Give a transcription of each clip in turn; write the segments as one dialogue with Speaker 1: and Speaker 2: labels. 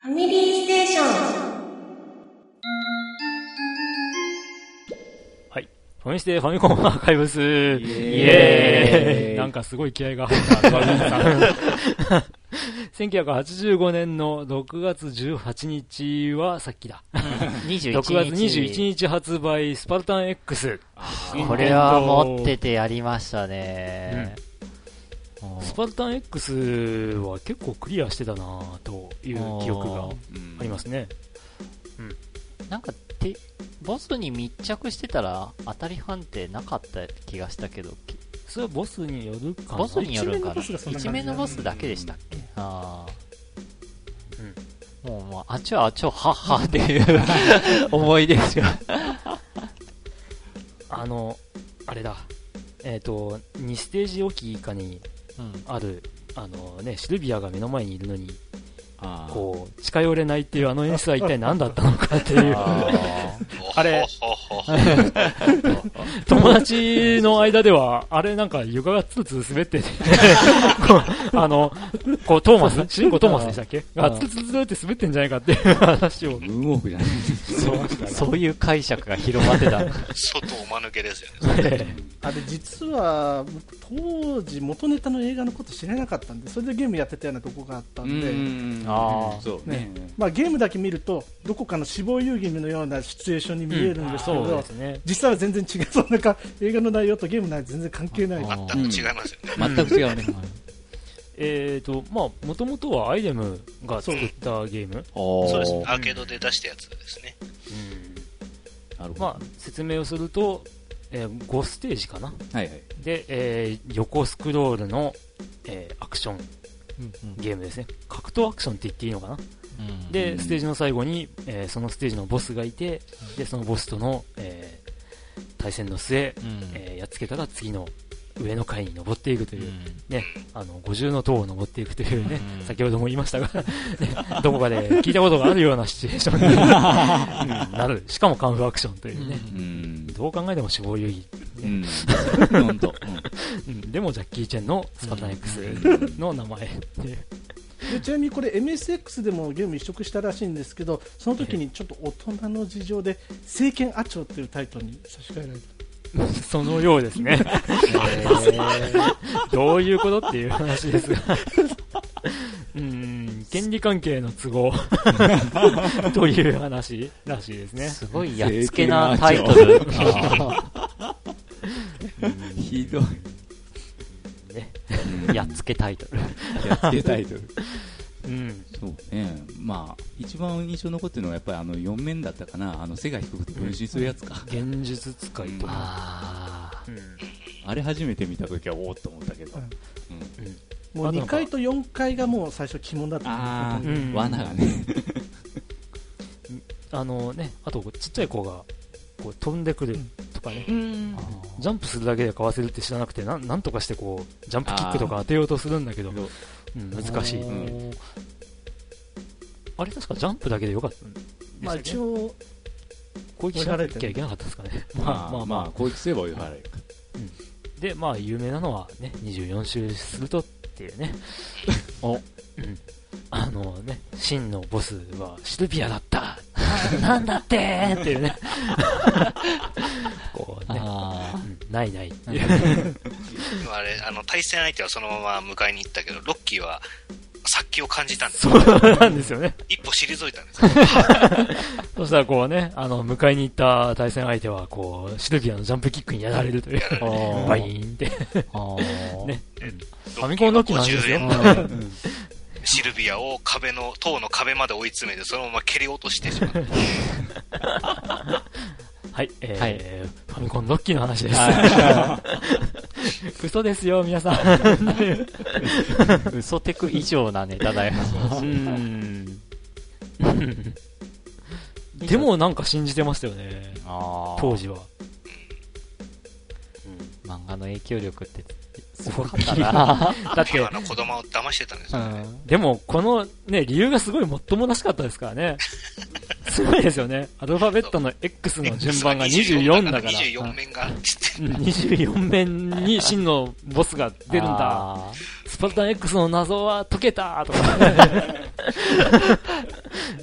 Speaker 1: ファミリーステーション。
Speaker 2: ファミステファミコンアーカイブスイ
Speaker 3: エーイ
Speaker 2: なんかすごい気合が入った。ドラゴンさん 1985年の6月18日はさっきだ。
Speaker 3: 21
Speaker 2: 6
Speaker 3: 日。
Speaker 2: 月21日発売、スパルタン X。
Speaker 3: これは持っててやりましたね。うん
Speaker 2: スパルタン X は結構クリアしてたなぁという記憶がありますね。
Speaker 3: なんかて、ボスに密着してたら当たり判定なかった気がしたけど、き
Speaker 2: それはボスによるかな
Speaker 3: ボスによるかな。
Speaker 4: 一面のボスがそんな感じ
Speaker 3: 一面のボスだけでしたっけ
Speaker 4: うん
Speaker 3: ああ。もう、まあ、あちょあちょ、はっはっていう思い出しか。
Speaker 2: あの、あれだ。えっ、と、2ステージおきかに
Speaker 3: うん。
Speaker 2: ある、あのね、シルビアが目の前にいるのに、
Speaker 5: あー
Speaker 2: こう、近寄れないっていうあの演出は一体何だったのかっていう、
Speaker 3: あ
Speaker 2: あれ
Speaker 6: ほほほ
Speaker 2: 友達の間では、あれなんか床がツーツー滑ってて、 こうあの、こうトーマス、シンゴトーマスでしたっけが
Speaker 3: うん
Speaker 2: ツーツーツーって滑ってんじゃないかっていう話を
Speaker 5: ム。ーンウォークじゃない
Speaker 3: あ。 そういう解釈が広まってた。
Speaker 6: 外おまぬけですよね。
Speaker 4: あれ実は僕当時元ネタの映画のこと知らなかったんでそれでゲームやってたようなとこがあった
Speaker 5: うん
Speaker 4: で、
Speaker 5: ん
Speaker 3: あー
Speaker 5: そうね。
Speaker 4: まあ、ゲームだけ見るとどこかの死亡遊戯のようなシチュエーションに見えるんですけど、
Speaker 2: そうですね。
Speaker 4: 実際は全然違うそんなか映画の内容とゲームの内容全然関係ない
Speaker 3: あ
Speaker 6: 全く違いますよね。
Speaker 3: 全く違うね。
Speaker 2: えっ、と、まあ、もともとはアイデムが作ったゲーム。
Speaker 5: おー
Speaker 6: そうですね。アーケードで出したやつですね。
Speaker 5: なるほど。
Speaker 2: まあ、説明をすると、えー5ステージかな。
Speaker 5: はいはい。
Speaker 2: で、えー横スクロールの、えーアクションゲームですね。格闘アクションって言っていいのかな
Speaker 3: うん
Speaker 2: で、
Speaker 5: うん
Speaker 2: ステージの最後に、えーそのステージのボスがいて、で、そのボスとの、えー対戦の末、
Speaker 3: うん
Speaker 2: えーやっつけたら次の上の階に登っていくという、
Speaker 3: うん
Speaker 2: あの、50の塔を登っていくというね、
Speaker 3: うん
Speaker 2: 先ほども言いましたが、ねどこかで聞いたことがあるようなシチュエーションにうんなる。しかもカンフーアクションというね。
Speaker 5: うん。
Speaker 2: どう考えても死亡遊戯。
Speaker 5: うん。ほんと。
Speaker 2: うんでもジャッキー・チェンのスパルタン X の名前 っていう
Speaker 4: でちなみにこれ MSX でもゲーム移植したらしいんですけどその時にちょっと大人の事情で「政権アチョ」っていうタイトルに差し替えられた
Speaker 2: そのようですね。えーどういうことっていう話ですが。 うーん、権利関係の都合という話らしいですね。
Speaker 3: すごいやっつけなタイト ル。
Speaker 5: うんひどい。
Speaker 2: ね
Speaker 5: うん
Speaker 3: やっつけタイトル。
Speaker 5: やってタイトル。
Speaker 2: うん。
Speaker 5: そうね。まあ、一番印象残ってるのはやっぱりあの4面だったかな。あの背が低くて分身するやつか。
Speaker 2: 現実使いとか。
Speaker 3: あ
Speaker 2: うん
Speaker 5: あれ初めて見た時はおおっと思ったけど。
Speaker 4: うん
Speaker 5: うん
Speaker 4: もう
Speaker 2: あとなん
Speaker 4: 2
Speaker 2: か
Speaker 4: 回と4回がもう最初鬼門だった
Speaker 5: あ
Speaker 2: う
Speaker 5: ー、
Speaker 2: ん
Speaker 5: 罠がね。
Speaker 2: あのね、あと、ちっちゃい子が、こう、飛んでくるとかね。ジャンプするだけでかわせるって知らなくて、なんなんとかしてこう、ジャンプキックとか当てようとするんだけど、
Speaker 5: けど
Speaker 2: うん難しい。
Speaker 5: うん
Speaker 2: あれ確かジャンプだけでよかったんで
Speaker 4: まあ、
Speaker 2: したっけ
Speaker 4: 一応
Speaker 2: 攻撃しなきゃいけなかったですかね。ま
Speaker 5: ま
Speaker 2: あまあ
Speaker 5: あ まあ
Speaker 2: ま
Speaker 5: まあ、攻撃すれば追い払えるか。
Speaker 2: あ。で、まあ有名なのはね、24周するとっていうね。 お、うん。あのね、真のボスはシルビアだった なんだってーっていうね。 こうね、
Speaker 3: あ
Speaker 2: うんないないっていう。
Speaker 6: 今あれ、あの、対戦相手はそのまま迎えに行ったけど、ロッキーは殺気を感じたんですよ。
Speaker 2: そうなんですよね。
Speaker 6: 一歩退いたんですよ。
Speaker 2: そしたらこうね、あの、迎えに行った対戦相手は、こう、シルビアのジャンプキックにやられるという。
Speaker 3: あー
Speaker 2: バイーンって。
Speaker 3: あー
Speaker 2: ねファ
Speaker 6: フ
Speaker 2: ミコンの時なんですよ。
Speaker 6: シルビアを壁の、塔の壁まで追い詰めて、そのまま蹴り落としてしま う。
Speaker 2: はい、えー
Speaker 3: はい
Speaker 2: ファミコンロッキーの話です。 嘘ですよ、皆さん。
Speaker 3: 嘘テク以上なネタだよ。
Speaker 2: でもなんか信じてましたよね、
Speaker 3: あー
Speaker 2: 当時は。
Speaker 3: 漫画の影響力ってすごか
Speaker 2: 大
Speaker 3: っ
Speaker 2: き
Speaker 3: た
Speaker 2: い
Speaker 3: な。
Speaker 2: だっ
Speaker 6: ピュ
Speaker 2: て
Speaker 6: ア、な子供を騙してたんですよね。
Speaker 2: でもこのね、理由がすごいもっともらしかったですからね。すごいですよね。アルファベットの X の順番が24だから、
Speaker 6: 24面が、つって
Speaker 2: うん24面に真のボスが出るんだ。
Speaker 3: あ
Speaker 2: スパルタン X の謎は解けたとか。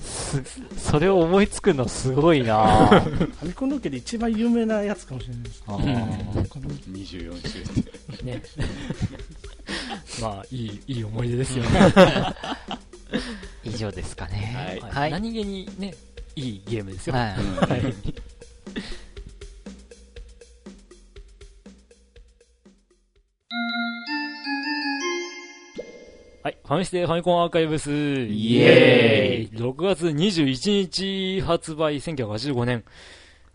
Speaker 3: すそれを思いつくのすごいなぁ
Speaker 4: ファミコンロケで一番有名なやつかもしれないです
Speaker 3: あ
Speaker 4: ね。
Speaker 3: ー
Speaker 5: 24周って
Speaker 2: ね。 まあ、いい、いい思い出ですよね。
Speaker 3: 以上ですかね。
Speaker 5: は
Speaker 3: はい。
Speaker 2: 何気にね、いいゲームですよ。
Speaker 3: はい
Speaker 2: はい。はい、ファミステファミコンアーカイブス、イ
Speaker 5: エ
Speaker 2: ーイ !6 月21日発売、1985年、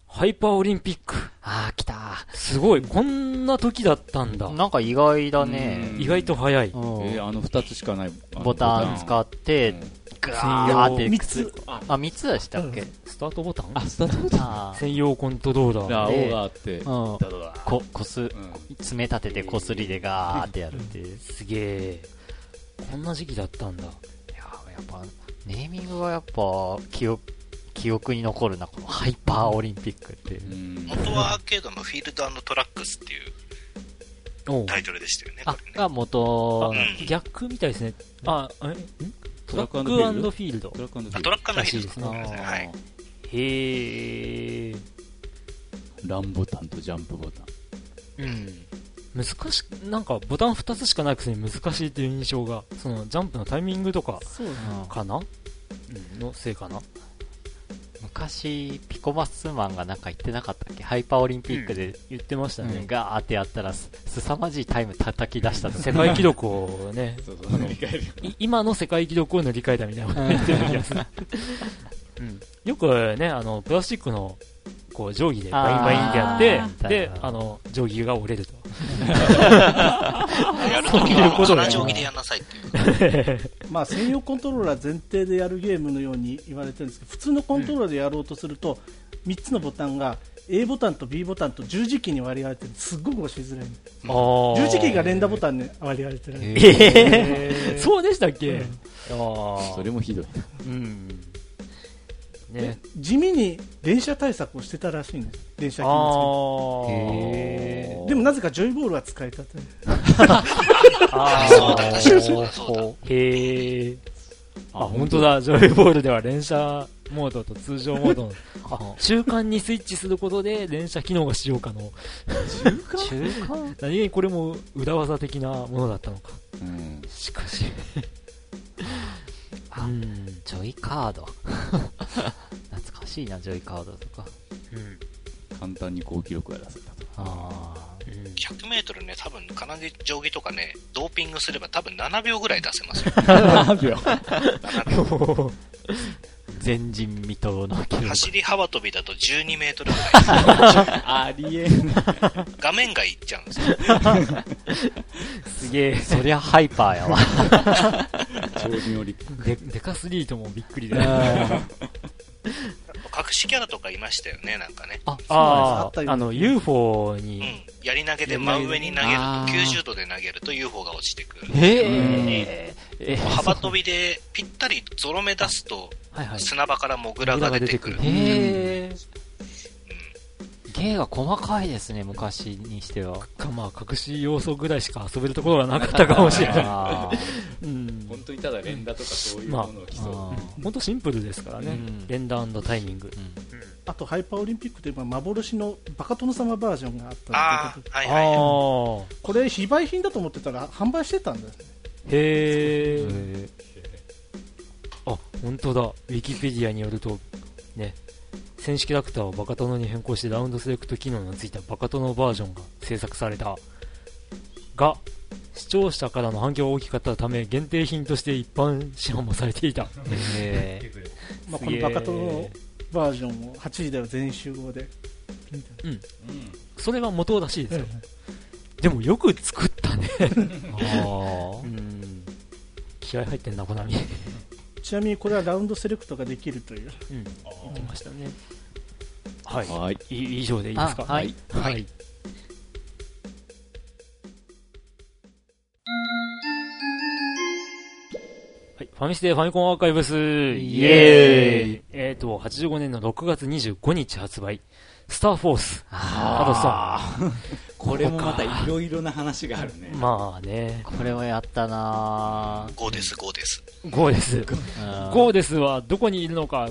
Speaker 2: ハイパーオリンピック。
Speaker 3: あー、来た
Speaker 2: すごい、こんな時だったんだ。
Speaker 3: なんか意外だね。
Speaker 5: うん
Speaker 2: 意外と早い。
Speaker 3: うん
Speaker 5: えーあの2つしかないあの
Speaker 3: ボタン使って、ガーって
Speaker 4: 3
Speaker 3: くっつ
Speaker 4: つ。
Speaker 3: あ、3つでしたっけ
Speaker 2: スタートボタン
Speaker 5: あスタートボタン
Speaker 3: あー
Speaker 2: 専用コントローラー。
Speaker 5: あ
Speaker 3: で
Speaker 5: 青があって
Speaker 3: うん。こ、こす、
Speaker 5: うん
Speaker 3: 爪立ててこすりでガーってやるっていう。い
Speaker 2: すげえ。こんな時期だったんだ。
Speaker 3: やーやっぱ、ネーミングはやっぱ、記憶、記憶に残るな、このハイパーオリンピックっていうう。
Speaker 5: ん
Speaker 6: 元はアーケードのフィールドトラックスっていう
Speaker 2: おう
Speaker 6: タイトルでしたよね、
Speaker 3: あ
Speaker 6: これ、ね。
Speaker 3: が元、
Speaker 2: 逆みたいですね。あ、えんト
Speaker 5: ト
Speaker 2: ラ
Speaker 5: ラ
Speaker 2: ッ
Speaker 5: ッ
Speaker 2: クフィールド
Speaker 5: ク
Speaker 2: フィールド
Speaker 5: ト。ラックフィ
Speaker 6: あ
Speaker 5: ール
Speaker 6: ト
Speaker 5: ド
Speaker 6: ラッカーのフィー
Speaker 2: らし
Speaker 6: ル
Speaker 2: いです
Speaker 6: ド
Speaker 2: ね
Speaker 6: そうですねはい。
Speaker 2: へえ。
Speaker 5: ランボタンとジャンプボタン
Speaker 2: うん。難しく、なんかボタン2つしかないくせに難しいっていう印象が、そのジャンプのタイミングとか
Speaker 4: そうですね
Speaker 3: うん
Speaker 2: かなうんのせいかな。
Speaker 3: 昔、ピコマスマンがなんか言ってなかったっけハイパーオリンピックで、
Speaker 2: 言ってました
Speaker 3: う
Speaker 2: ね
Speaker 3: ん。ガーってやったらす、すさまじいタイム叩き出したとか
Speaker 2: 世界記録をね、
Speaker 5: そうそう塗り替える
Speaker 2: い今の世界記録を塗り替えたみたいなこと言ってる気がする。うん、よくね、あの、プラスチックの、こう、定規でバインバインってやって、
Speaker 3: あ
Speaker 2: で
Speaker 3: ーみたい、な
Speaker 2: あの、定規が折れると。
Speaker 6: やるとき
Speaker 2: そういうことね
Speaker 6: は、鼻定規でやんなさいっていう。
Speaker 4: まあ、専用コントローラー前提でやるゲームのように言われてるんですけど普通のコントローラーでやろうとすると、3つのボタンが A ボタンと B ボタンと十字キーに割り当れてるすっごく押しづらい十字キーが連打ボタンに割り当れてる、
Speaker 5: え
Speaker 2: えー、そうでしたっけ、
Speaker 4: うん
Speaker 2: あー
Speaker 5: それもひどい
Speaker 2: うん。ね
Speaker 4: で。地味に連射対策をしてたらしいんです連射
Speaker 2: あ
Speaker 4: 機能
Speaker 2: ー
Speaker 5: へ
Speaker 4: でもなぜかジョイボールは使えたという
Speaker 2: あー
Speaker 6: そうだ、確かにそうだ、そうだ。
Speaker 2: へえ。あ、本当だ。ジョイボールでは連射モードと通常モードの、 あ、中間にスイッチすることで連射機能が使用可能。
Speaker 3: 中間
Speaker 2: 何気にこれも裏技的なものだったのか。
Speaker 5: うん
Speaker 2: しかし。
Speaker 3: あ
Speaker 2: うん。
Speaker 3: ジョイカード。懐かしいな、ジョイカードとか。
Speaker 2: うん。
Speaker 5: 簡単に高記録が出せたと
Speaker 3: あ
Speaker 6: 100メートルね、多分、金具定規とかね、ドーピングすれば多分7秒ぐらい出せますよ。
Speaker 5: 7秒
Speaker 3: 前人未到の記録。
Speaker 6: 走り幅跳びだと12メートルぐらい。
Speaker 5: ありえん
Speaker 6: 画面外行っちゃうんですよ。
Speaker 2: すげえ。
Speaker 3: そりゃハイパーやわ。
Speaker 5: 超人オリンピック
Speaker 2: で、デカスリートもびっくりで。
Speaker 6: 隠しキャラとかいましたよね、なんかね。
Speaker 3: あ、
Speaker 4: あ
Speaker 2: あ
Speaker 4: ったよ
Speaker 2: あ、
Speaker 4: ね
Speaker 2: あの、UFO
Speaker 6: う
Speaker 2: に、
Speaker 6: ん。やり投げで真上に投げると、
Speaker 3: あー
Speaker 6: 90度で投げると UFO が落ちてくる。
Speaker 3: えー、えー、
Speaker 6: 幅跳びでぴったりゾロ目出すと、
Speaker 3: はいはい。
Speaker 6: 砂場からモグラが出てくる。
Speaker 2: モグラが出てくる
Speaker 3: へー。芸が細かいですね、昔にしては。
Speaker 2: かまあ、隠し要素ぐらいしか遊べるところがなかったかもしれない。
Speaker 3: あー
Speaker 2: うん。
Speaker 5: 本当にただ連打とかそういう
Speaker 2: まあ
Speaker 5: ものを競う、
Speaker 3: あー
Speaker 2: ほんとシンプルですからね。
Speaker 3: うん
Speaker 2: 連打タイミング。
Speaker 3: うん
Speaker 4: あとハイパーオリンピックといえば幻のバカ殿様バージョンがあった
Speaker 6: あ
Speaker 4: ということで
Speaker 6: あ、はいはいはい。
Speaker 2: ああ。
Speaker 4: これ非売品だと思ってたら販売してたんですね
Speaker 2: へえ。あ、本当だ。ウィキペディアによると、ね、選手キャラクターをバカ殿に変更してラウンドセレクト機能のついたバカ殿バージョンが制作された。が、視聴者からの反響が大きかったため、限定品として一般市販もされていた。
Speaker 3: へー
Speaker 4: まあ、
Speaker 2: す
Speaker 4: こ
Speaker 2: げ
Speaker 4: の
Speaker 2: え
Speaker 4: バカ殿バージョンを8時だよ全員集合で
Speaker 2: それが元らしいですよ。でもよく作ったね。
Speaker 3: あ
Speaker 2: うん。気合入ってんな、コナミ。
Speaker 4: ちなみにこれはラウンドセレクトができるという
Speaker 2: うん。行きましたね。はい。
Speaker 5: はい
Speaker 2: い以上でいいですか
Speaker 3: あはい。
Speaker 2: はい。はい、ファミステファミコンアーカイブス、イ
Speaker 3: エー
Speaker 2: イえっ、と、85年の6月25日発売、スターフォース。
Speaker 3: あ
Speaker 2: あとさ、
Speaker 5: これもまたいろいろな話があるね。
Speaker 2: まあね。
Speaker 3: これはやったな
Speaker 6: 5です、5です。
Speaker 2: 5です。
Speaker 3: ぁ。
Speaker 2: 5ですはどこにいるのかっ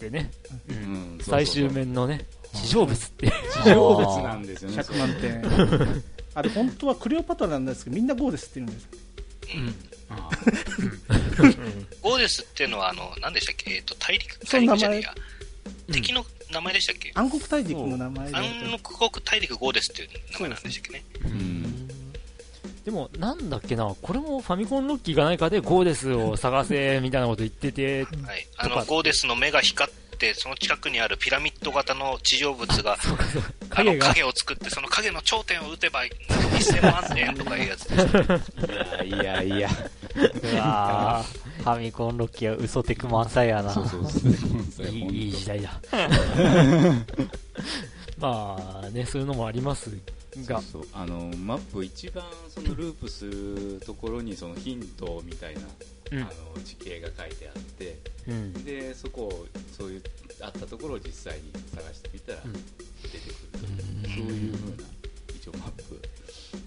Speaker 2: てね。
Speaker 5: うん
Speaker 2: 最終。面のね、地上物って。
Speaker 5: そうそう地上物なんですよね。
Speaker 4: 100万点 あれ本当はクレオパトラなんですけどみんな5ですって言うんです
Speaker 5: あ
Speaker 6: 5ですっていうのは、あの、何でしたっけえっ、と、大陸、
Speaker 4: そ
Speaker 6: 大
Speaker 4: の名
Speaker 6: 陸
Speaker 4: 前
Speaker 6: じゃねえや。敵の名前でしたっけ
Speaker 4: 暗黒大陸の名前で
Speaker 6: 暗黒国大陸5ですっていう名前なんでしたっけね。
Speaker 5: ーうん
Speaker 2: でも、なんだっけな、これもファミコンロッキーがないかで5ですを探せみたいなこと言ってて、
Speaker 6: はい。あ
Speaker 2: と
Speaker 6: の、
Speaker 2: か
Speaker 6: 5ですの目が光って、その近くにあるピラミッド型の地上物が、あの
Speaker 2: 影が、
Speaker 6: 影を作って、その影の頂点を打てば、1000万点とかいうやつです。
Speaker 5: いやいやいや。
Speaker 3: うわぁ。ファミコンロッキーは嘘テク満載やな
Speaker 5: そうそうそう。それ
Speaker 2: い
Speaker 5: 本
Speaker 2: い
Speaker 5: 当
Speaker 2: いい時代だ。まあね、そういうのもありますが、
Speaker 5: そうそうあのマップ一番そのループするところにそのヒントみたいな、
Speaker 2: うん
Speaker 5: あの地形が書いてあって
Speaker 2: うん、
Speaker 5: でそこをそういうあったところを実際に探してみたら
Speaker 2: うん
Speaker 5: 出てくるという、そういうふうな一応マップ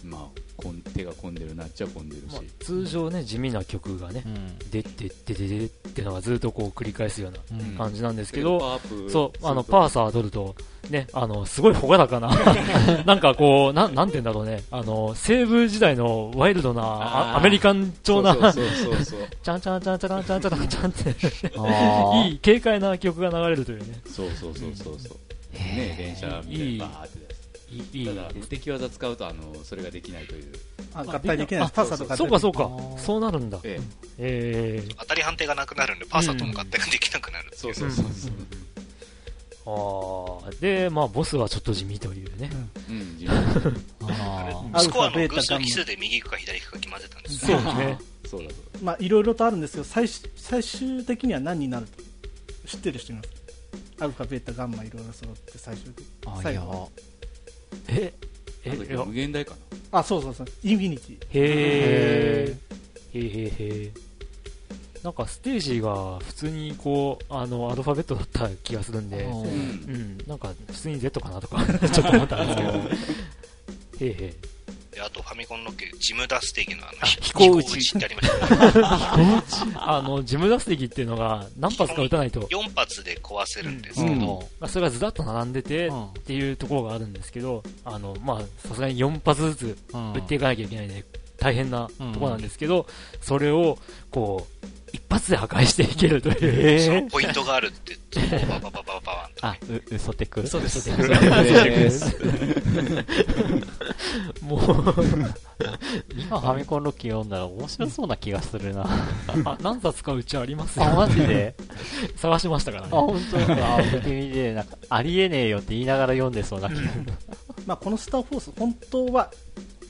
Speaker 5: まあこん手が込んでるなっちゃ混んでるし、
Speaker 2: まあ、通常ね、地味な曲がね
Speaker 3: う、ん。
Speaker 2: でってってででってのがずっとこう繰り返すような
Speaker 3: うん
Speaker 2: 感じなんですけ
Speaker 5: パ
Speaker 2: ど、
Speaker 5: ワーアップ
Speaker 2: そう、あの、
Speaker 5: すると
Speaker 2: パーサー取ると、ね、あの、すごい朗らかな、なんかこう、なん、なんて言うんだろうね、あの、西部時代のワイルドな、
Speaker 5: あ
Speaker 2: あ
Speaker 5: ー
Speaker 2: アメリカン調な、
Speaker 5: そうそうそうそう
Speaker 2: チャンチャンチャンチャンチャンチャンチャンチャンって、
Speaker 3: あー
Speaker 2: いい軽快な曲が流れるというね。
Speaker 5: そうそうそうそうそうね電車みたいにバーって出す
Speaker 2: いい、い
Speaker 5: ただ無敵技使うとあのそれができないという
Speaker 4: あ合体できないですパーサーとか
Speaker 2: そうかそううか、そうなるんだ。
Speaker 5: え
Speaker 2: え
Speaker 5: え
Speaker 2: え
Speaker 6: 当たり判定がなくなるんで、パーサーとも合体ができなくなるって
Speaker 5: そ
Speaker 6: いうう。
Speaker 5: そうそうそう
Speaker 2: ああ、で、まあ、ボスはちょっと地味というね。
Speaker 5: うん自分
Speaker 3: あ
Speaker 4: アル
Speaker 6: ス
Speaker 4: フ
Speaker 6: コア
Speaker 4: ァベ
Speaker 6: の
Speaker 4: ータ
Speaker 6: 偶数
Speaker 4: ガン
Speaker 6: 奇数で右行くか左行くか決まってたんです
Speaker 2: そうですね。
Speaker 5: そうだそう
Speaker 4: マまあいろいろとあるんですけど最終最終的には何になると知ってる人いますアルファベータガンマいろいろ揃って最終的
Speaker 3: ーあ、い
Speaker 4: 最
Speaker 3: や
Speaker 4: 後は
Speaker 2: え、え、
Speaker 5: だなんだっけ
Speaker 2: いや
Speaker 5: 無限大か
Speaker 4: あそうそうそうインフィニティ
Speaker 2: へえ。へえへえへえ。なんかステージが普通にこう、あの、アルファベットだった気がするんで、
Speaker 5: な
Speaker 3: うん
Speaker 2: うん、なんか普通に Z かなとか、ちょっと思ったんですけど。へえへえ。
Speaker 6: で、あとファミコンの系、ジムダスティギのあの、
Speaker 2: 飛行打ち
Speaker 6: ってありましたね。
Speaker 2: あの、ジムダスティギっていうのが何発か打たないと、
Speaker 6: 4発で壊せるんです
Speaker 3: う
Speaker 6: けど、
Speaker 3: ん。
Speaker 2: まあ、それがずらっと並んでて、
Speaker 3: うん
Speaker 2: っていうところがあるんですけど、あの、まあ、さすがに4発ずつ
Speaker 3: うん
Speaker 2: ぶっていかなきゃいけないね、大変なとこなんですけど、それを、こう、一発で破壊していけると
Speaker 6: そ
Speaker 2: い
Speaker 6: の
Speaker 2: う。
Speaker 6: ポイントがあるって言って、バババババババン
Speaker 3: あ、う、嘘テク。
Speaker 2: そうです、 も
Speaker 3: 今ファミコンロッキー読んだら面白そうな気がするな。
Speaker 2: う、あ、何冊かうちありますよ。
Speaker 3: あ、マジで
Speaker 2: 探しましたか
Speaker 3: あ、
Speaker 2: らね。
Speaker 3: 本当 ですか。あ見てみて、なんか、ありえねえよって言いながら読んでそうな気がする。
Speaker 4: まあこのスターフォース本当は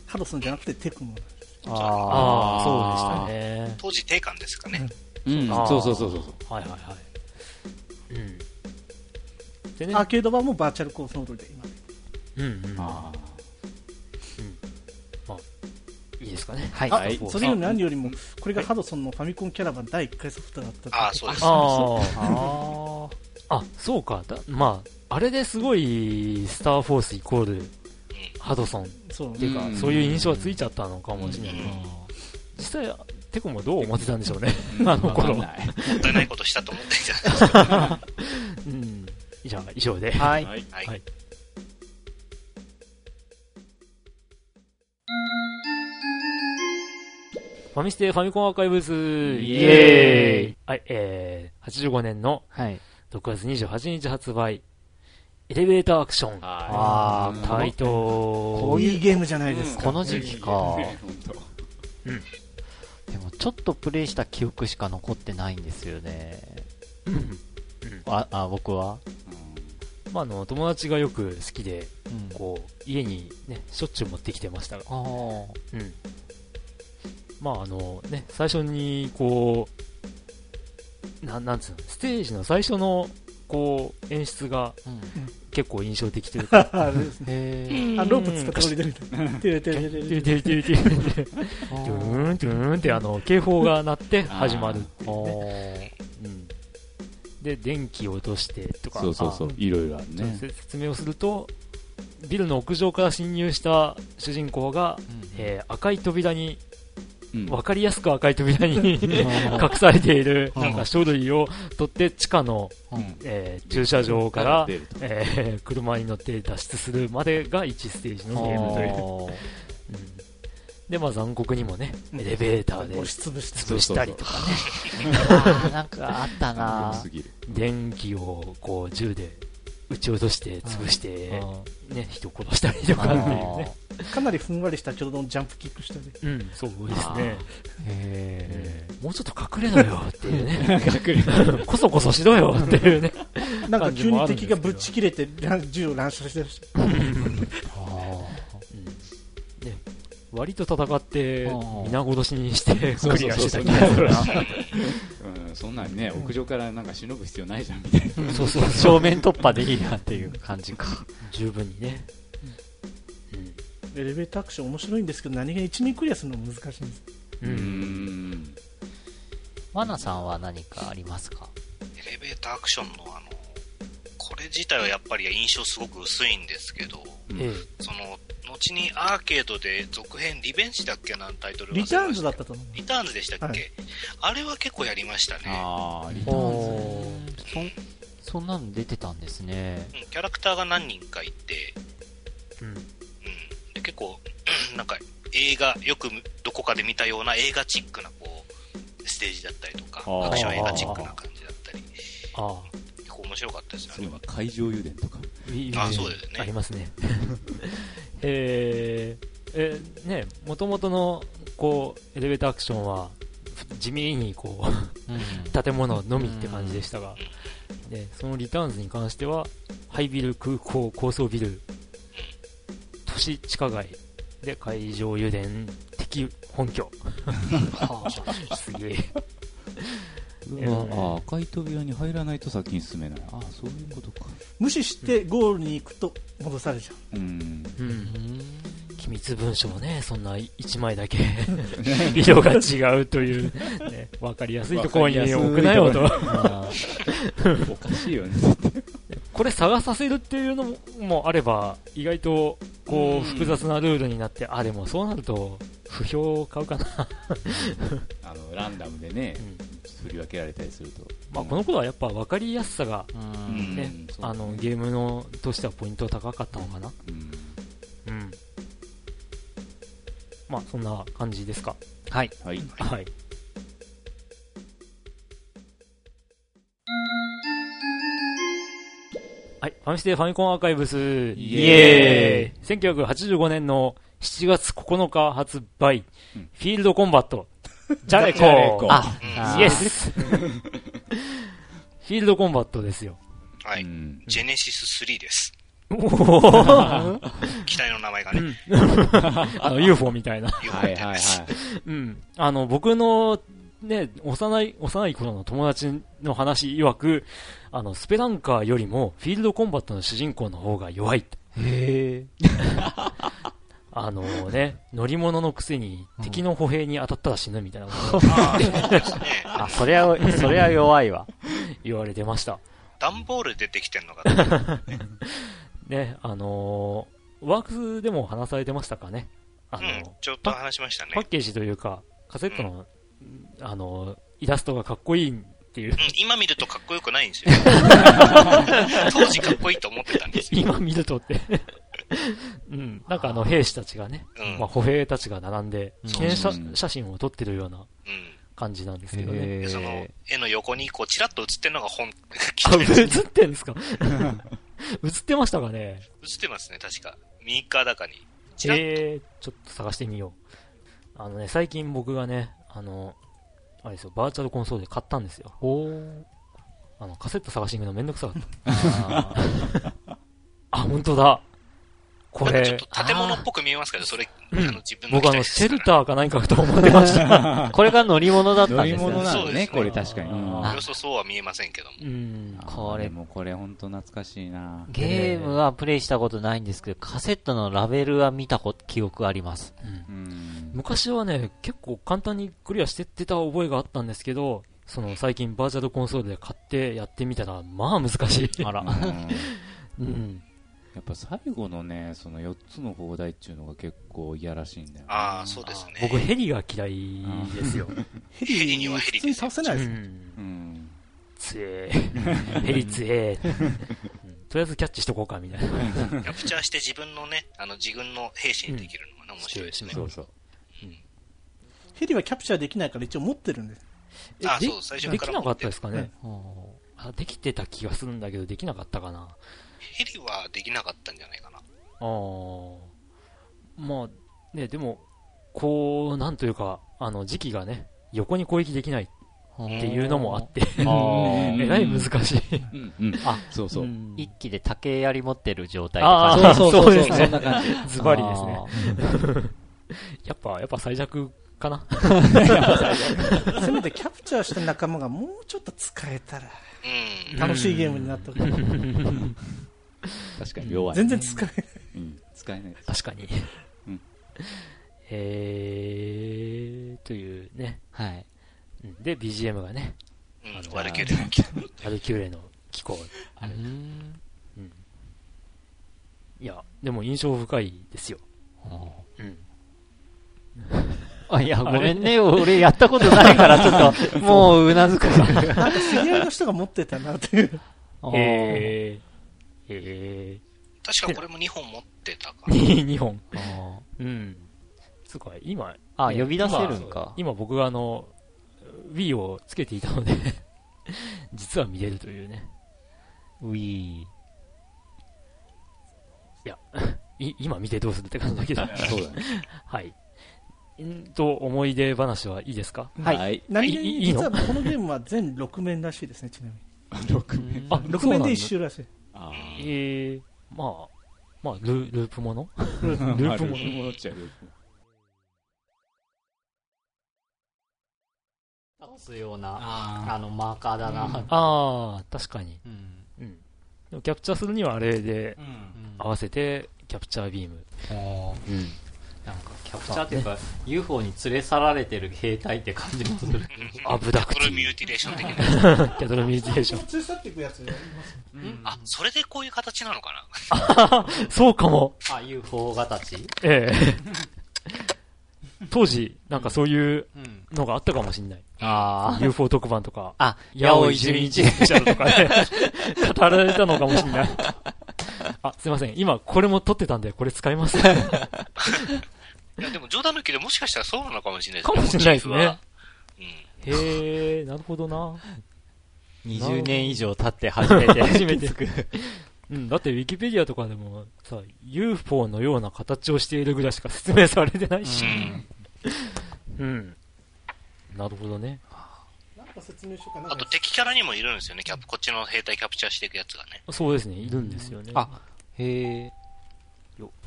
Speaker 4: ハドソンじゃなくてテクモなんです
Speaker 2: ああ、そう
Speaker 3: ね。
Speaker 2: でしたね。
Speaker 6: 当時定感ですかね。
Speaker 5: うん
Speaker 2: あー
Speaker 5: そうそうそうそうそう
Speaker 2: はいはいはい。うん。でね
Speaker 4: ア、ーケード版もバーチャルコースモードで今
Speaker 2: うんうん。
Speaker 5: あ
Speaker 2: いいですかね。
Speaker 3: はい。
Speaker 4: あ
Speaker 5: はい
Speaker 4: それより何よりもこれがハドソンのファミコンキャラバン第1回ソフトだった
Speaker 6: ああ、そうです。
Speaker 2: ああ。あ、そうか。だまあ、あれですごい、スターフォースイコール、ハドソンっ
Speaker 4: そう
Speaker 2: ていうか、
Speaker 5: うん
Speaker 2: そういう印象がついちゃったのかもしれない。実際、テコもどう思ってたんでしょうね。 あの
Speaker 5: わか
Speaker 2: 頃
Speaker 5: ん。ない
Speaker 6: もったいないことしたと思ってんじゃな
Speaker 2: う
Speaker 6: い
Speaker 2: ん。じゃあ、以上で。
Speaker 3: は。
Speaker 5: はいい
Speaker 6: はい
Speaker 2: はいファミステファミコンアーカイブズ、
Speaker 3: イエーイ
Speaker 2: はい、えー、85年の
Speaker 3: はい。
Speaker 2: 6月28日発売、エレベーターアクション。
Speaker 3: あー
Speaker 2: タイトル
Speaker 4: こういうゲームじゃないですか、
Speaker 3: この時期か
Speaker 5: う
Speaker 3: でも、ちょっとプレイした記憶しか残ってないんですよね。
Speaker 2: うん
Speaker 3: あ、あ、僕は
Speaker 2: まあ、あの、友達がよく好きで、
Speaker 3: うん。
Speaker 2: こう、家にね、しょっちゅう持ってきてましたが。
Speaker 3: あー
Speaker 2: うん。まあ、あの、ね、最初に、こう、なん、なんつうの、ステージの最初の、こう、演出が
Speaker 3: うん。
Speaker 2: 結構印象的という か、
Speaker 4: あれですね
Speaker 3: へ
Speaker 2: う
Speaker 3: ー
Speaker 2: ん
Speaker 4: あロープ使って降りてるみたいな。てるてるて
Speaker 2: ト
Speaker 4: る
Speaker 2: ゥ
Speaker 4: て
Speaker 2: ル
Speaker 4: る
Speaker 2: トゥルトゥルトゥルトゥル
Speaker 3: あ
Speaker 2: トゥ
Speaker 3: ー
Speaker 2: ーントゥーンって、あの、警報が鳴って始まるっていうね。うん。で、電気を落としてとか、
Speaker 5: そうそうそういろいろある
Speaker 2: あ
Speaker 5: ね
Speaker 2: せ説明をすると、ビルの屋上から侵入した主人公が、
Speaker 3: うん
Speaker 2: えー赤い扉に、
Speaker 5: うん
Speaker 2: わかりやすく赤い扉に
Speaker 3: うん
Speaker 2: 隠されている、
Speaker 3: うん
Speaker 2: なんか書類を取って地下の、
Speaker 5: うん
Speaker 2: えー駐車場から、
Speaker 5: 出ると
Speaker 2: えー車に乗って脱出するまでが1ステージのゲームという。
Speaker 3: おー
Speaker 2: うんで、まあ残酷にもね、
Speaker 4: うん
Speaker 2: エレベーターで
Speaker 4: 押しつぶして
Speaker 2: 潰したりとかね、
Speaker 3: あーなんかあった
Speaker 5: 良
Speaker 3: な
Speaker 5: すぎる
Speaker 2: 電気をこう銃で撃ち落として潰して、
Speaker 3: あ
Speaker 2: ね、人殺したりとかっていうね。
Speaker 4: かなりふんわりしたちょうどジャンプキックしたり
Speaker 2: うん、そうですね。
Speaker 3: ーへ
Speaker 2: もうちょっと隠れろよっていうね。 こそこそしろよっていうね。
Speaker 4: なんか急に敵がぶっち切れてら銃を乱射してるし
Speaker 3: ーあ
Speaker 2: 割と戦って
Speaker 3: あー、
Speaker 2: 皆殺しにして
Speaker 5: そう
Speaker 2: ク
Speaker 5: そ
Speaker 2: リ
Speaker 5: う
Speaker 2: ア
Speaker 5: そう
Speaker 2: してた
Speaker 5: そう
Speaker 2: 気がするな。
Speaker 5: うんそんなんね屋上からなんか忍ぶ必要ないじゃんみたいな
Speaker 3: ーそうそう正面突破でいいなっていう感じか
Speaker 2: 十分にね。
Speaker 4: エレベーターアクション面白いんですけど何が一面クリアするのも難しいんです
Speaker 2: うん。う。
Speaker 5: うんん
Speaker 3: ワナさんは何かありますか
Speaker 6: エレベーターアクションのあの、これ自体はやっぱり印象すごく薄いんですけど、
Speaker 5: うん
Speaker 2: え
Speaker 6: その、後にアーケードで続編リベンジだっけなタイトルが
Speaker 4: リターンズだったと思う
Speaker 6: リターンズでしたっけ、
Speaker 4: はい
Speaker 6: あれは結構やりましたね。
Speaker 5: ああ
Speaker 2: え。
Speaker 3: おそそんなの出てたんですね
Speaker 6: うんキャラクターが何人かいて、
Speaker 2: うん
Speaker 6: うん、で結構 なんか映画よくどこかで見たような映画チックなこうステージだったりとか
Speaker 5: あー
Speaker 6: アクション映画チックな感じだったり
Speaker 2: あ
Speaker 6: 結構面白かったですよ
Speaker 5: そ
Speaker 6: ね
Speaker 5: れは海上油田とか
Speaker 2: あ、いい
Speaker 6: あそうですね
Speaker 2: ありますね。 えーえー、ね、もともとの、こう、エレベーターアクションは、地味にこう、
Speaker 3: うん
Speaker 2: 建物のみって感じでしたが、でそのリターンズに関しては、ハイビル、空港、高層ビル、都市地下街で海上油田、敵本拠。すげえ。
Speaker 5: うわあー赤い扉に入らないと先に進めないああそういうことか
Speaker 4: 無視してゴールに行くと戻されちゃう
Speaker 5: うん
Speaker 2: うん。
Speaker 3: うん
Speaker 2: 機密文書もね、そんな1枚 だけ色が違うという、ね、わかりやすいところに置くなよと。
Speaker 3: あ
Speaker 5: おかしいよね
Speaker 2: これ探させるっていうのももあれば意外とこう複雑なルールになってあでもそうなると不評を買うかな、
Speaker 5: あのランダムでね
Speaker 2: うん
Speaker 5: 振り分けられたりすると
Speaker 2: まあ、この頃はやっぱ分かりやすさが、
Speaker 3: ーう
Speaker 5: うんん
Speaker 2: ね
Speaker 5: そう
Speaker 2: あのゲームのとしてはポイント高かったのかな
Speaker 5: うん
Speaker 2: うんまあそんな感じですか
Speaker 3: はい
Speaker 5: はい
Speaker 2: はいはい、ファミステファミコンアーカイブス、
Speaker 5: イ
Speaker 2: エーイ !1985 年の7月9日発売、
Speaker 5: うん
Speaker 2: フィールドコンバット、ジャレコ
Speaker 5: ジャレコ
Speaker 3: あ
Speaker 2: イエスフ ィールドコンバットですよ。
Speaker 6: はい、
Speaker 5: うん
Speaker 6: ジェネシス3です
Speaker 2: おー
Speaker 6: 機体の名前がね、
Speaker 2: あの UFO みたいな。
Speaker 5: はいはいはい
Speaker 2: うん。あの、僕の、ね、幼い、幼い頃の友達の話曰く、あの、スペランカーよりも、フィールドコンバットの主人公の方が弱いって。
Speaker 3: へ
Speaker 2: あの ね、乗り物のくせに敵の歩兵に当たったら死ぬみたいなことを
Speaker 6: ああそうですね
Speaker 3: あそりゃそりゃ弱いわ
Speaker 2: 言われてました。
Speaker 6: 段ボール出てきてんのが
Speaker 2: ね、あのーワークスでも話されてましたかね。あ
Speaker 6: う
Speaker 2: の
Speaker 6: んちょっと話しましたね
Speaker 2: パッケージというか、カセットの、あのーイラストがかっこいいっていう
Speaker 6: う、ん、今見るとかっこよくないんです よ。当時かっこいいと思ってたんですよ。
Speaker 2: 今見ると って。うん、なんかあの兵士たちがね、
Speaker 6: うん
Speaker 2: まあ、歩兵たちが並んで、
Speaker 3: うん
Speaker 2: 記念写
Speaker 5: うん
Speaker 2: 写真を撮ってるような
Speaker 6: うん。
Speaker 2: 感じなんですけどね。
Speaker 6: で、その
Speaker 3: え
Speaker 6: 絵の横に、こう、ちらっと写ってるのが 本、
Speaker 2: あ、映ってんですか映ってましたかね
Speaker 6: 写ってますね、確か。右側だかに。ちらっと
Speaker 2: えー、ちょっと探してみよう。あのね、最近僕がね、あの、あれですよ、バーチャルコンソールで買ったんですよ。あの、カセット探しに行くのめんどくさかった。
Speaker 3: あー
Speaker 2: あ、本当だ。こ
Speaker 6: なんかちょっ
Speaker 2: れ、
Speaker 6: と建物っぽく見えますけど、それ、あの、自分の
Speaker 2: 僕あ
Speaker 6: 機体
Speaker 2: の、
Speaker 6: です
Speaker 2: シェ
Speaker 6: から
Speaker 2: ルターか何かと思ってました。
Speaker 3: これが乗り物だったん
Speaker 5: 乗
Speaker 3: で
Speaker 5: り
Speaker 3: す
Speaker 5: 物な
Speaker 6: だ
Speaker 3: ね
Speaker 5: の
Speaker 6: そうですね
Speaker 5: ねこれ確かにうん
Speaker 6: およそそうは見えませんけども。
Speaker 2: うん。
Speaker 3: これ
Speaker 5: でもこれ本当懐かしいな
Speaker 3: ゲームはプレイしたことないんですけどカセットのラベルは見たこ記憶あります
Speaker 5: うん
Speaker 2: 昔はね、結構簡単にクリアしてってた覚えがあったんですけど、その最近バーチャルコンソールで買ってやってみたら、まあ難しい。
Speaker 3: あら
Speaker 5: うん
Speaker 2: うん。
Speaker 5: やっぱ最後のねその4つの砲台っていうのが結構いやらしいんだよね
Speaker 6: ああ、そうですね。
Speaker 2: 僕、ヘリが嫌いですよ。
Speaker 4: ヘ
Speaker 6: ヘリにはヘリ
Speaker 4: 普通に倒せな
Speaker 2: う
Speaker 4: いです、
Speaker 2: ん
Speaker 5: うん
Speaker 2: つえーヘリつえーとりあえずキャッチしとこうかみたいな。
Speaker 6: キャプチャーして自分のね、あの、自軍の兵士にできるのがね、面白いですね。
Speaker 5: そうそう
Speaker 4: ヘリはキャプチャーできないから一応持ってるんです
Speaker 2: え
Speaker 6: あ
Speaker 2: で
Speaker 6: そう最初から
Speaker 2: できなかったですか
Speaker 4: は
Speaker 2: ね
Speaker 4: い、
Speaker 2: あできてた気がするんだけど、できなかったかな。
Speaker 6: ヘリはできなかったんじゃないかな。
Speaker 2: あーまあ、ね、でも、こう、なんというか、あの、時期がね、横に攻撃できないっ
Speaker 3: って
Speaker 2: いうのもあって、
Speaker 5: あ ー
Speaker 2: えらい難しい。
Speaker 5: うんうんあそうそう、
Speaker 2: ん
Speaker 3: 一気で竹槍持ってる状態
Speaker 2: あ
Speaker 3: と
Speaker 2: ー
Speaker 3: か
Speaker 2: そうそうですね
Speaker 7: そんな感じ。
Speaker 2: ズバリですね。やっぱ、やっぱ最弱かな。
Speaker 4: せめてキャプチャーした仲間がもうちょっと使えたら
Speaker 6: うん。
Speaker 4: 楽しいゲームになったから
Speaker 5: 確かに弱い
Speaker 4: 全然使えない
Speaker 5: うん使えないです
Speaker 2: 確かに
Speaker 5: うん。
Speaker 2: えー、というね。
Speaker 3: はい。
Speaker 2: うんで、BGM がね、
Speaker 6: うん
Speaker 2: あの
Speaker 6: ワルキューレの機
Speaker 2: アルキューレの機構。
Speaker 3: うーん
Speaker 2: うんいや、でも印象深いですよ。うん。
Speaker 3: あ、いや、ごめんね。俺やったことないから、ちょっと、もううなずくわ。
Speaker 4: なんか知り合いの人が持ってたなっていう
Speaker 2: えー、え
Speaker 6: 確かこれも2本持ってたか
Speaker 2: ー、。2本。
Speaker 3: あー
Speaker 2: うん。つうか、今、
Speaker 3: あ、
Speaker 2: ね
Speaker 3: 呼び出せるんか。
Speaker 2: 今僕があの、Wii をつけていたので、 実は見れるというね。
Speaker 3: ウィー。
Speaker 2: い、今見てどうするって感じだけど。
Speaker 5: そうだね
Speaker 2: はい。んと、思い出話はいいですか
Speaker 3: はい
Speaker 5: い
Speaker 4: 何気
Speaker 2: い
Speaker 4: に
Speaker 2: いいの
Speaker 4: 実はこのゲームは全6面らしいですねちなみに
Speaker 5: 6名
Speaker 2: あ、
Speaker 4: 6面で一
Speaker 2: 緒。
Speaker 4: 周らしい
Speaker 5: あ
Speaker 2: えー、まあ、まあ、ルループもの
Speaker 5: ルー
Speaker 2: プも
Speaker 5: 戻っちゃうループも
Speaker 3: 倒すような、あ
Speaker 7: あ
Speaker 3: の、マーカーだな。
Speaker 2: ああ、確かに。
Speaker 7: うん。
Speaker 2: うん。でもキャプチャーするにはあれで
Speaker 7: うん。
Speaker 2: 合わせて、キャプチャービーム。
Speaker 7: おー
Speaker 2: うん。
Speaker 3: なんか、キャプチャーっていうか、UFO に連れ去られてる兵隊って感じもする。
Speaker 2: アブダク
Speaker 6: こ
Speaker 2: テ
Speaker 6: れ
Speaker 2: ィ
Speaker 6: ミューティレーション的な。
Speaker 2: キャトルミューティレーション。
Speaker 4: 通去っていくやつ
Speaker 6: あ、それでこういう形なのかな。
Speaker 2: そうかも。
Speaker 3: あ、UFO 形
Speaker 2: ええ。 当時、なんかそういう
Speaker 7: うん。
Speaker 2: のがあったかもしんない。
Speaker 3: あ
Speaker 2: UFO 特番とか、
Speaker 3: あ。あ、
Speaker 2: 八尾伊集院スペシャルとか ね、語られたのかもしん ない。あ、すいません。今、これも撮ってたんで、これ使います。か
Speaker 6: いや、でも冗談抜きでもしかしたらそうなのかもしれない
Speaker 2: もしんないですね。。
Speaker 6: モチーフは
Speaker 2: へえ、なるほどな。
Speaker 3: 20年以上経って初めて。
Speaker 2: 初めて。うん、だってウィキペディアとかでもさ、UFO のような形をしているぐらいしか説明されてないし。うん。なるほどね。
Speaker 4: なんか説明書かな
Speaker 6: うん。あと敵キャラにもいるんですよね。キャプ、こっちの兵隊キャプチャーしていくやつがね。
Speaker 2: そうですね、いるんですよね。
Speaker 3: あ へえ。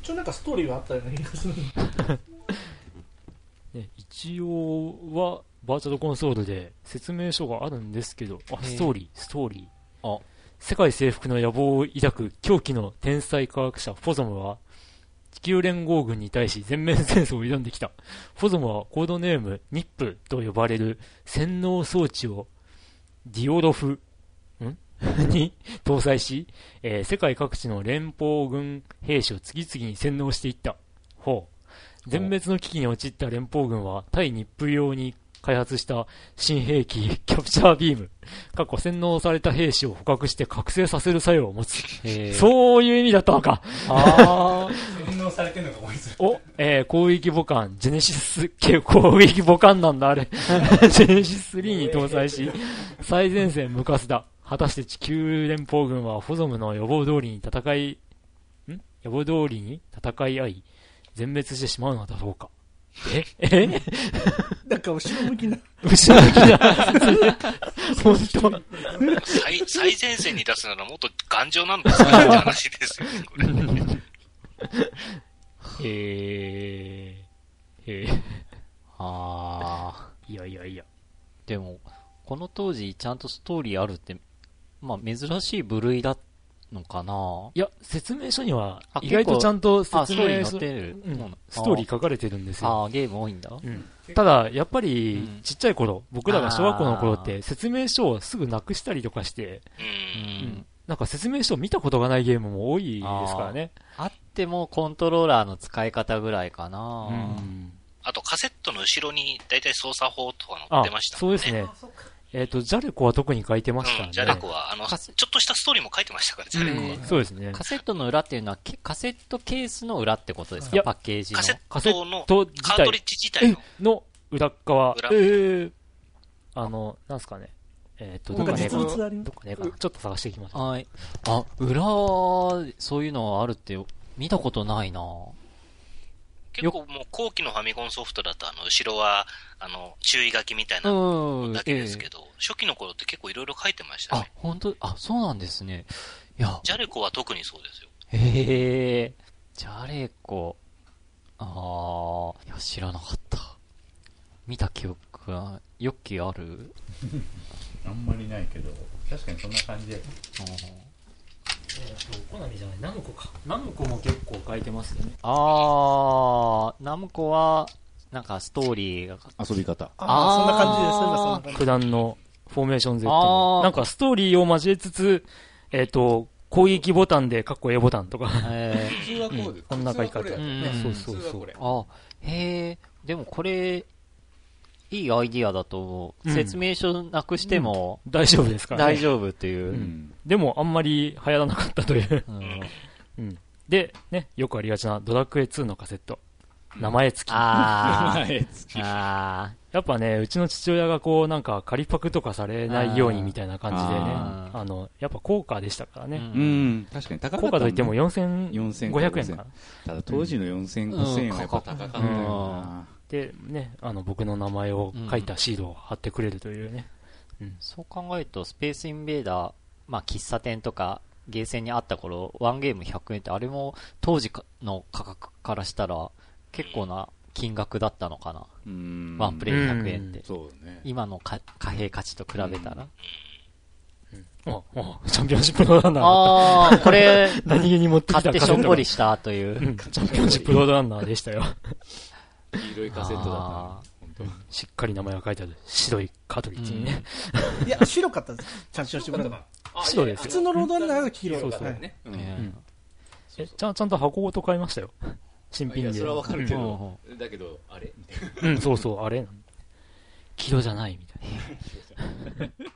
Speaker 4: 一応なんかストーリーはあったような気がする
Speaker 2: ね、一応はバーチャルコンソールで説明書があるんですけど、あ、
Speaker 3: へえ
Speaker 2: ストーリー、ストーリー。
Speaker 3: あ
Speaker 2: 世界征服の野望を抱く狂気の天才科学者フォゾムは、地球連合軍に対し全面戦争を挑んできた。フォゾムはコードネーム、ニップと呼ばれる洗脳装置をディオロフ、ん に搭載し、えー世界各地の連邦軍兵士を次々に洗脳していった。ほう。全滅の危機に陥った連邦軍は、対日風用に開発した新兵器、 キャプチャービーム、過去洗脳された兵士を捕獲して覚醒させる作用を持つ。
Speaker 3: へえ。
Speaker 2: そういう意味だったのか。
Speaker 3: あ ー
Speaker 7: 洗脳されてるのが多いです
Speaker 2: お、えー、広域母艦、ジェネシス系広域母艦なんだ、 あれ。ジェネシス3に搭載し、最前線無かすだ。果たして地球連邦軍はフォゾムの予防通りに戦い、ん予防通りに戦い合い、全滅してしまうのだろうか。ええ
Speaker 4: なんか後ろ向きな
Speaker 2: 後ろ向きだ。 本当
Speaker 6: 最、最前線に出すならもっと頑丈なんですかって話ですよね、これ。
Speaker 2: えー、え
Speaker 3: あ
Speaker 2: ー、いやいやいや。
Speaker 3: ー。でも、この当時、ちゃんとストーリーあるって、まあ、珍しい部類だのかない
Speaker 2: や、説明書には
Speaker 3: あ、
Speaker 2: 意外とちゃんと説
Speaker 3: あ、
Speaker 2: 明
Speaker 3: ストーリー
Speaker 2: 書
Speaker 3: 載ってる。
Speaker 2: う
Speaker 3: そうんな、
Speaker 2: ストーリー
Speaker 3: あ
Speaker 2: 書かれてるんですよ。
Speaker 3: あー、ゲーム多いんだ。
Speaker 2: うんただ、やっぱり
Speaker 3: うん、
Speaker 2: ちっちゃい頃、僕らが小学校の頃っ
Speaker 3: あ
Speaker 2: て、説明書をすぐなくしたりとかして、
Speaker 6: うん。
Speaker 3: ん
Speaker 2: なんか説明書を見たことがないゲームも多いですからね。
Speaker 3: あってもコントローラーの使い方ぐらいかな、
Speaker 2: うん
Speaker 6: あとカセットの後ろに大体操作法とか載っ
Speaker 2: あ
Speaker 6: てました
Speaker 2: そ
Speaker 6: もん
Speaker 2: う
Speaker 6: ね。
Speaker 2: ですね。えっ、と、ジャレコは特に書いてましたね。
Speaker 6: うん、ジャレコは、あの、ちょっとしたストーリーも書いてましたから、ジャレコは。
Speaker 2: そうですね。
Speaker 3: カセットの裏っていうのはけカセットケースの裏ってことで
Speaker 2: い
Speaker 3: すか
Speaker 2: や
Speaker 3: パッケージの
Speaker 6: カセ
Speaker 2: カ
Speaker 6: ッ
Speaker 2: セ
Speaker 6: トの
Speaker 2: ット自
Speaker 6: カー
Speaker 2: 体
Speaker 6: トリッジ自体の。
Speaker 2: の裏っ側。
Speaker 6: 裏
Speaker 2: えーあの、なんすかね。えっ、と、
Speaker 4: な
Speaker 2: どこ
Speaker 4: んか
Speaker 2: かねえか
Speaker 4: 実
Speaker 2: な。
Speaker 4: 物あります
Speaker 2: どっかねえかな。ちょっと探してきました。
Speaker 3: はいあ裏そういうのあるって見たことないな
Speaker 6: 結構もう後期のファミコンソフトだと、あの、後ろは、あの、注意書きみたいな
Speaker 3: うん
Speaker 6: だけですけど、初期の頃って結構いろいろ書いてました
Speaker 3: あ
Speaker 6: ね。
Speaker 3: 本当あそうなんですねいや
Speaker 6: ジャレコは特にそうですよ。
Speaker 3: へえじゃれっこああいや知らなかった見た記憶がよきある
Speaker 5: あんまりないけど確かにそんな感じで
Speaker 2: コナミじゃない、ナムコか。ナムコも結構書いてますよね。
Speaker 3: あーナムコはなんかストーリーが
Speaker 5: 遊び方
Speaker 4: ああ、そんな感じです。
Speaker 3: あー
Speaker 4: 今そんな感じ
Speaker 2: 九段のフォーメーション Z
Speaker 3: あ
Speaker 2: も
Speaker 3: ー
Speaker 2: なんかストーリーを交えつつ、えっ、と、攻撃ボタンで、かっこ A ボタンとか。
Speaker 3: えー
Speaker 5: 普通はこうです
Speaker 2: こんな書き方
Speaker 5: 普通はこれだよ
Speaker 3: うん
Speaker 5: ね
Speaker 3: そう
Speaker 2: そうそう
Speaker 5: 普通はこれ
Speaker 3: あ、へえ、でもこれ、いいアイディアだと思う。
Speaker 2: うん
Speaker 3: 説明書なくしても
Speaker 2: 大丈夫ですから、ね。
Speaker 3: 大丈夫っていうう。
Speaker 5: ん
Speaker 2: でも、あんまり流行らなかったという。
Speaker 3: うん
Speaker 2: うん。で、ね、よくありがちなドラクエ2のカセット。名前付き。
Speaker 3: あ
Speaker 5: はい月
Speaker 3: ー、あ
Speaker 2: やっぱね、うちの父親がこう、なんか仮パクとかされないようにみたいな感じでね、
Speaker 3: あ
Speaker 2: あ
Speaker 3: ー
Speaker 2: の、やっぱ高価でしたから
Speaker 3: ー、う
Speaker 2: ね。
Speaker 5: うんん確かに高かった
Speaker 2: 高価といっても4500
Speaker 5: 4500
Speaker 2: 円かな。
Speaker 5: ただ当時の4000、
Speaker 3: うん
Speaker 5: 5000円はやっぱ高かったよな、
Speaker 2: で、ね、あの、僕の名前を書いたシールを貼ってくれるというね。
Speaker 3: そう考えると、スペースインベーダー、まあ喫茶店とか、ゲーセンにあった頃、ワンゲーム100円って、あれも当時かの価格からしたら、結構な金額だったのかな。
Speaker 5: うん
Speaker 3: ワンプレイ100円って。
Speaker 5: そうね
Speaker 3: 今のか貨幣価値と比べたら。
Speaker 2: あ、あ、チャンピオンシップロードランナーだっ
Speaker 3: あー、これ、
Speaker 2: た。何気に持って
Speaker 3: 買
Speaker 2: き
Speaker 3: ったてしょんぼり
Speaker 2: チ
Speaker 3: したという。
Speaker 2: ャンピオンシップロードランナーでしたよ。
Speaker 5: 黄色いカセットだったな
Speaker 3: あ
Speaker 5: 本当
Speaker 2: しっかり名前が書いてある。白いカートリッジにね。
Speaker 4: いや、白かったです。ちゃんとしてもらう
Speaker 2: 白です
Speaker 4: 普
Speaker 2: よ。
Speaker 4: 通のロードランナーが黄色
Speaker 2: そ
Speaker 4: いう
Speaker 2: そう
Speaker 4: はい
Speaker 5: ねうん
Speaker 3: ね
Speaker 2: んえちゃんちゃんと箱ごと買いましたよ。新
Speaker 5: い
Speaker 2: 品
Speaker 5: や
Speaker 2: で。
Speaker 5: それはわかるけど
Speaker 3: う
Speaker 5: だけどあれみたいな
Speaker 2: うん、そうそう、あれ黄色じゃないみたいな。